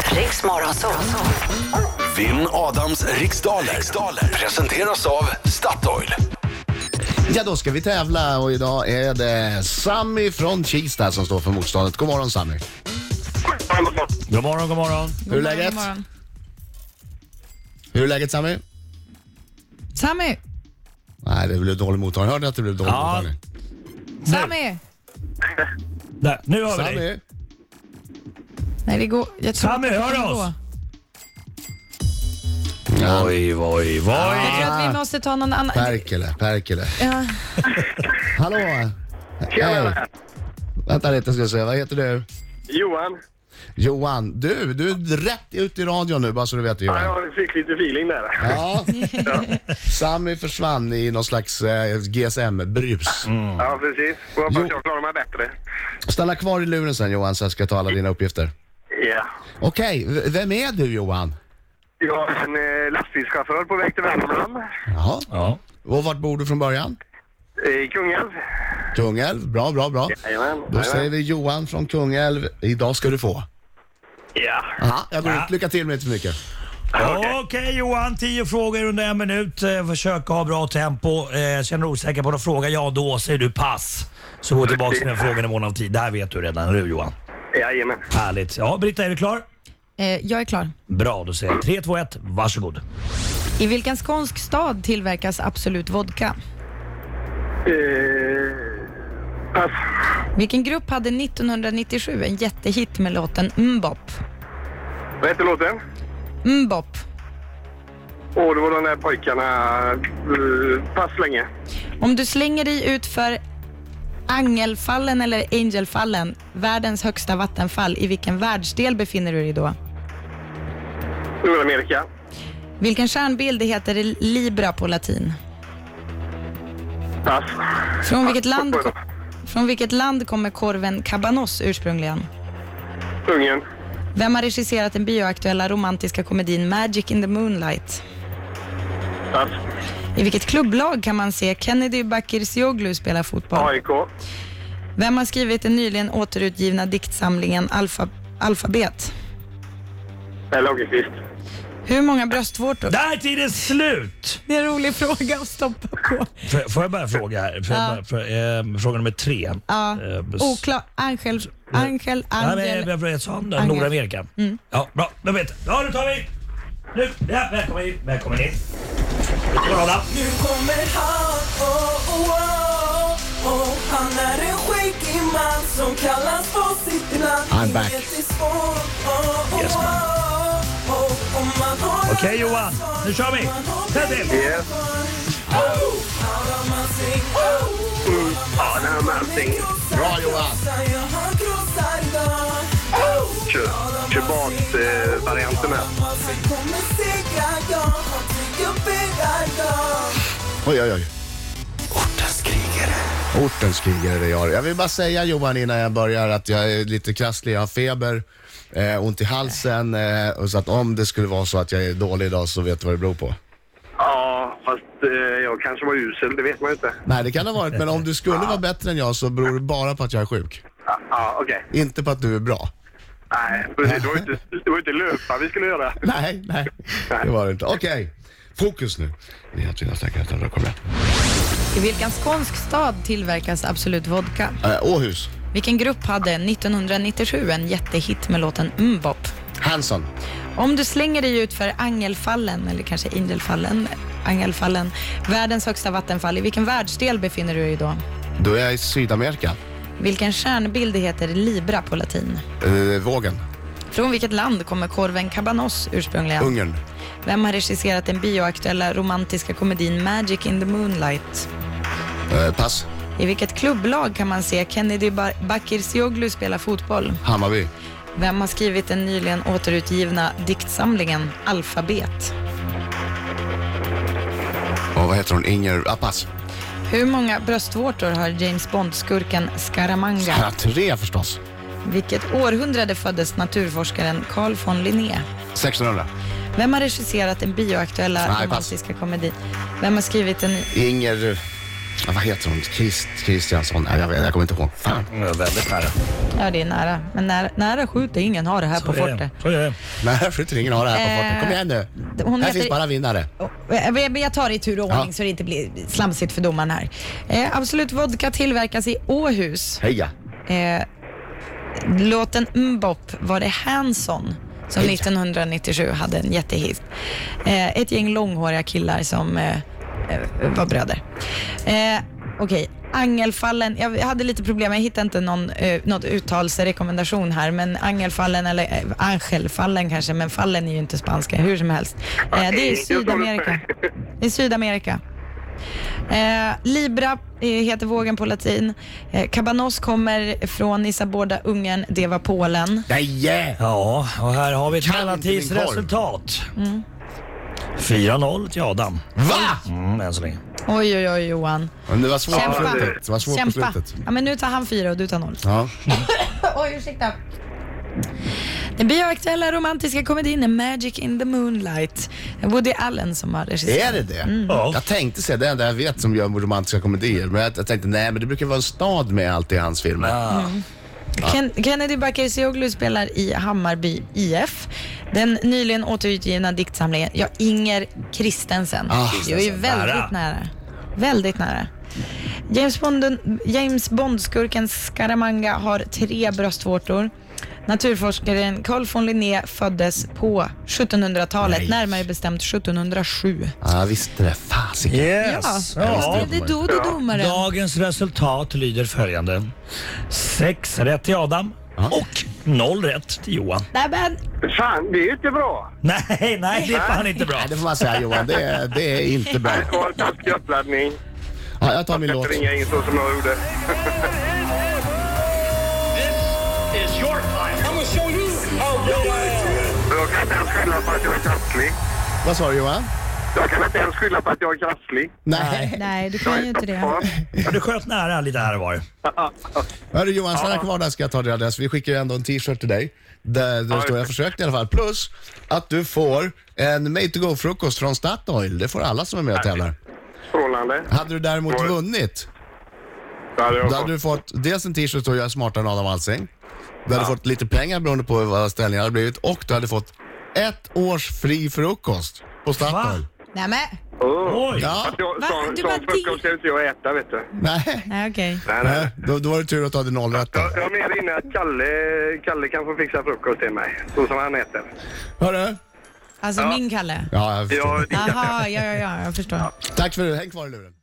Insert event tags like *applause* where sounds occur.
Riks Morgonzoo. Vinn Adams riksdaler. riksdaler presenteras av Statoil. Ja, då ska vi tävla och idag är det Sammy från Kista som står för motståndet. God morgon Sammy. God morgon, god morgon. Hur är läget? Hur är läget Sammy? Sammy! Nej, det blev dålig mottagning. Hörde ni att det blev dålig Ja. mottagning? Sammy! Där, nu hör vi dig. Sammy? Nej, det går... Jag tror Sammy, inte det hör kan oss! gå. Ja, Oj, oj, oj. Jag tror Ah. att vi måste ta någon annan... Perkele, Perkele. Ja, Hallå! Hej! Vänta lite ska jag se, vad heter du? Johan, Johan. Du, du är rätt ut i radion nu bara så du vet det ja, Johan. jag fick lite feeling där. Ja. Sammy försvann i någon slags eh, GSM-brus. Ja, precis. Jag Jo. hoppas jag klarar mig bättre. Stanna kvar i luren sen Johan så jag ska ta alla dina uppgifter. Ja. Okej, v- vem är du Johan? Jag är en eh, lastbilschaufför på väg till Värmland. Jaha. Ja. Och vart bor du från början? I Kungälv. Kungälv. Bra, bra, bra. Jajamän. Då säger vi Johan från Kungälv. Idag ska du få. Ja. Aha, jag går Ja. ut. Lycka till men inte för mycket. Okej Johan, tio frågor under en minut. Eh, Försök ha bra tempo. Eh, Känner du osäker på någon fråga, ja då säger du pass. Så gå tillbaka till den frågan i mån av tid. Där vet du redan, eller hur Johan? Jajamän. Härligt. Ja, Britta, är du klar? eh, jag är klar. Bra, då säger jag 3, 2, 1, varsågod. I vilken skånsk stad tillverkas Absolut Vodka? Eh, pass. Vilken grupp hade 1997 en jättehit med låten Mbop? Vad hette låten? Mbop. Åh, det var de där pojkarna. Eh, pass länge. Om du slänger dig ut för Angelfallen eller Angelfallen, världens högsta vattenfall, i vilken världsdel befinner du dig då? Nordamerika. Vilken stjärnbild heter Libra på latin? Pass. Från vilket land, Oj då. från vilket land kommer korven cabanos ursprungligen? Ungern. Vem har regisserat den bioaktuella romantiska komedin Magic in the Moonlight? Pass. I vilket klubblag kan man se Kennedy Bakircioglu spela fotboll? AIK. Vem har skrivit den nyligen återutgivna diktsamlingen Alfa, Alfabet? Eh, Lagerkvist. Hur många bröstvårtor? Där är tiden slut! Det är en rolig fråga att stoppa på. F- Får jag bara fråga här? Får jag bara, för, eh, fråga nummer tre. Ja, Eh, s- oklart. Angel, Angel, Nej, men Angel. jag- jag sa Angel. Mm. Nordamerika. Ja, bra. Då vet jag. Ja, nu tar vi. Nu. Ja, välkommen in. Välkommen in. Glada. Nu kommer han, oh, oh, oh, oh. Han är en skäggig man som kallas på sitt namn I'm back. Inget är svårt, oh, oh, Yes, man. oh, oh. Om man har Okej, Johan. Nu kör vi. Tänd till. Yes. Ja, den här Mansing. Bra Johan! Kör, kör basvarianten här. Oj, oj, oj. Ortens krigare. Ortens krigare det jag. Jag vill bara säga Johan innan jag börjar att jag är lite krasslig, jag har feber, eh, ont i halsen eh, och så att om det skulle vara så att jag är dålig idag så vet du vad det beror på. Ja, fast eh, jag kanske var usel, det vet man ju inte. Nej, det kan det ha varit, men om du skulle vara bättre än jag så beror det bara på att jag är sjuk. Ja, ja okej. Inte på att du är bra. *laughs* Nej, precis. Det var ju inte, det var ju inte löpa vi skulle göra. Nej, nej, det var det inte. Okej, fokus nu. Ni har tvingat snacka utan rök, kom igen. I vilken skånsk stad tillverkas Absolut Vodka? Eh, Åhus, Vilken grupp hade 1997 en jättehit med låten Mbop? Hanson, Om du slänger dig ut för Angelfallen, eller kanske Angelfallen, Angelfallen, världens högsta vattenfall, i vilken världsdel befinner du dig då? då är jag i Sydamerika. Vilken stjärnbild heter Libra på latin? Eh, vågen, Från vilket land kommer korven cabanos ursprungligen? Ungern, Vem har regisserat den bioaktuella romantiska komedin Magic in the Moonlight? eh, pass, I vilket klubblag kan man se Kennedy Ba- Bakircioglu spela fotboll? Hammarby, Vem har skrivit den nyligen återutgivna diktsamlingen Alfabet? och vad heter hon, Inger, ah, pass. Hur många bröstvårtor har James Bond-skurken Scaramanga? Ja, tre förstås. Vilket århundrade föddes naturforskaren Carl von Linné? 1600. Vem har regisserat den bioaktuella Nej, pass. romantiska komedin? Vem har skrivit den? Inger... eh, Ja, vad heter hon? Christ, Christiansson? Nej, jag, vet, jag kommer inte ihåg. Fan. Väldigt nära. Ja, det är nära. Men nära, nära skjuter ingen har det här på Så är det. fortet. Så är det. Nej, jag skjuter ingen har det här på Eh, farten. Kom igen nu. hon här heter- finns bara vinnare. Eh, Men jag tar det i tur och ordning Ja. så det inte blir slamsigt för domaren här. Eh, Absolut Vodka tillverkas i Åhus. Heja. Eh, låten Mbop var det Hanson som 1997 hade en jättehit. Eh, ett gäng långhåriga killar som eh, eh, var bröder. Eh, Okej, Angelfallen. Jag hade lite problem, jag hittade inte någon eh, något uttalsrekommendation här, men Angelfallen eller eh, Angelfallen kanske, men fallen är ju inte spanska hur som helst. Eh, det är i Jag tror det. Sydamerika. I Sydamerika. Eh, Libra eh, heter vågen på latin. Eh, Cabanos kommer från Isaborda, Ungern. Det var Polen. Nej! Yeah. Ja, och här har vi ett Kan inte min korv. mellantidsresultat. 4-0 till Adam. Va? Mm, än så länge. Oj, oj, oj, Johan. Men det var svårt på Kämpa. slutet. Det var svårt på Kämpa. slutet. Ja, men nu tar han fyra och du tar noll. Ja. Oj, ursäkta. Den bioaktuella romantiska komedin Magic in the Moonlight. Woody Allen som har Är regisserat. det det? Mm. Ja. Jag tänkte säga det enda jag vet som gör romantiska komedier. Men jag, jag tänkte nej, men det brukar vara en stad med allt i hans filmer. Ah, Ken- Kennedy Bakircioglu spelar i Hammarby IF. Den nyligen återutgivna diktsamlingen, ja, Inger Christensen. Ah, det är ju väldigt Nära. nära. Väldigt nära. James, Bond, James Bond-skurken Scaramanga har tre bröstvårtor. Naturforskaren Carl von Linné föddes på 1700-talet, Nej. närmare bestämt 1707. Ja, jag visste det. Fasiken. yes! Ja, Ja. det är då du domaren. Dagens resultat lyder följande. 6 rätt till Adam och 0 rätt till Johan. Nej, men, Fan, det är ju inte bra. Nej, nej det är fan inte bra. Nej, det får man säga Johan. Det är, det är *laughs* inte bra. Det var en taskig uppladdning. Ja, jag tar min Jag låt. ska ringa in så som jag gjorde. Jag kan inte ens skylla på att jag är krasslig. Vad sa du Johan? Jag kan inte ens skylla på att jag är krasslig. Nej. nej, du kan ju inte det. Du sköt nära lite här och var. Hörru Johan, stanna kvar där ska jag ta din adress. Vi skickar ju ändå en t-shirt till dig. Där, där det står jag försökte i alla fall. Plus att du får en Made to Go-frukost från Statoil. Det får alla som är med och tävlar. Strålande. Hade du däremot Oj. vunnit, Ja, det då hade var du fått dels en t-shirt och jag är smartare än Adam Alsing. Du hade fått lite pengar beroende på vad ställningen hade blivit och du hade fått ett års fri frukost på Statoil. Va? Nej, men. Åh. Oj! Ja, Jag- Va? Sån Du sån bara dig- frukost ska inte jag äta, vet du. nej. Nej, okej. Nej, nej. Nej, då, då var det tur att du hade noll rätt då. Jag, jag menar inne att Kalle, Kalle kan få fixa frukost till mig, så som han äter. Hörru? Alltså min Kalle. Ja, jag förstår. Jag, Jaha, ja, ja, ja, jag förstår. Tack för det. Häng kvar i luren.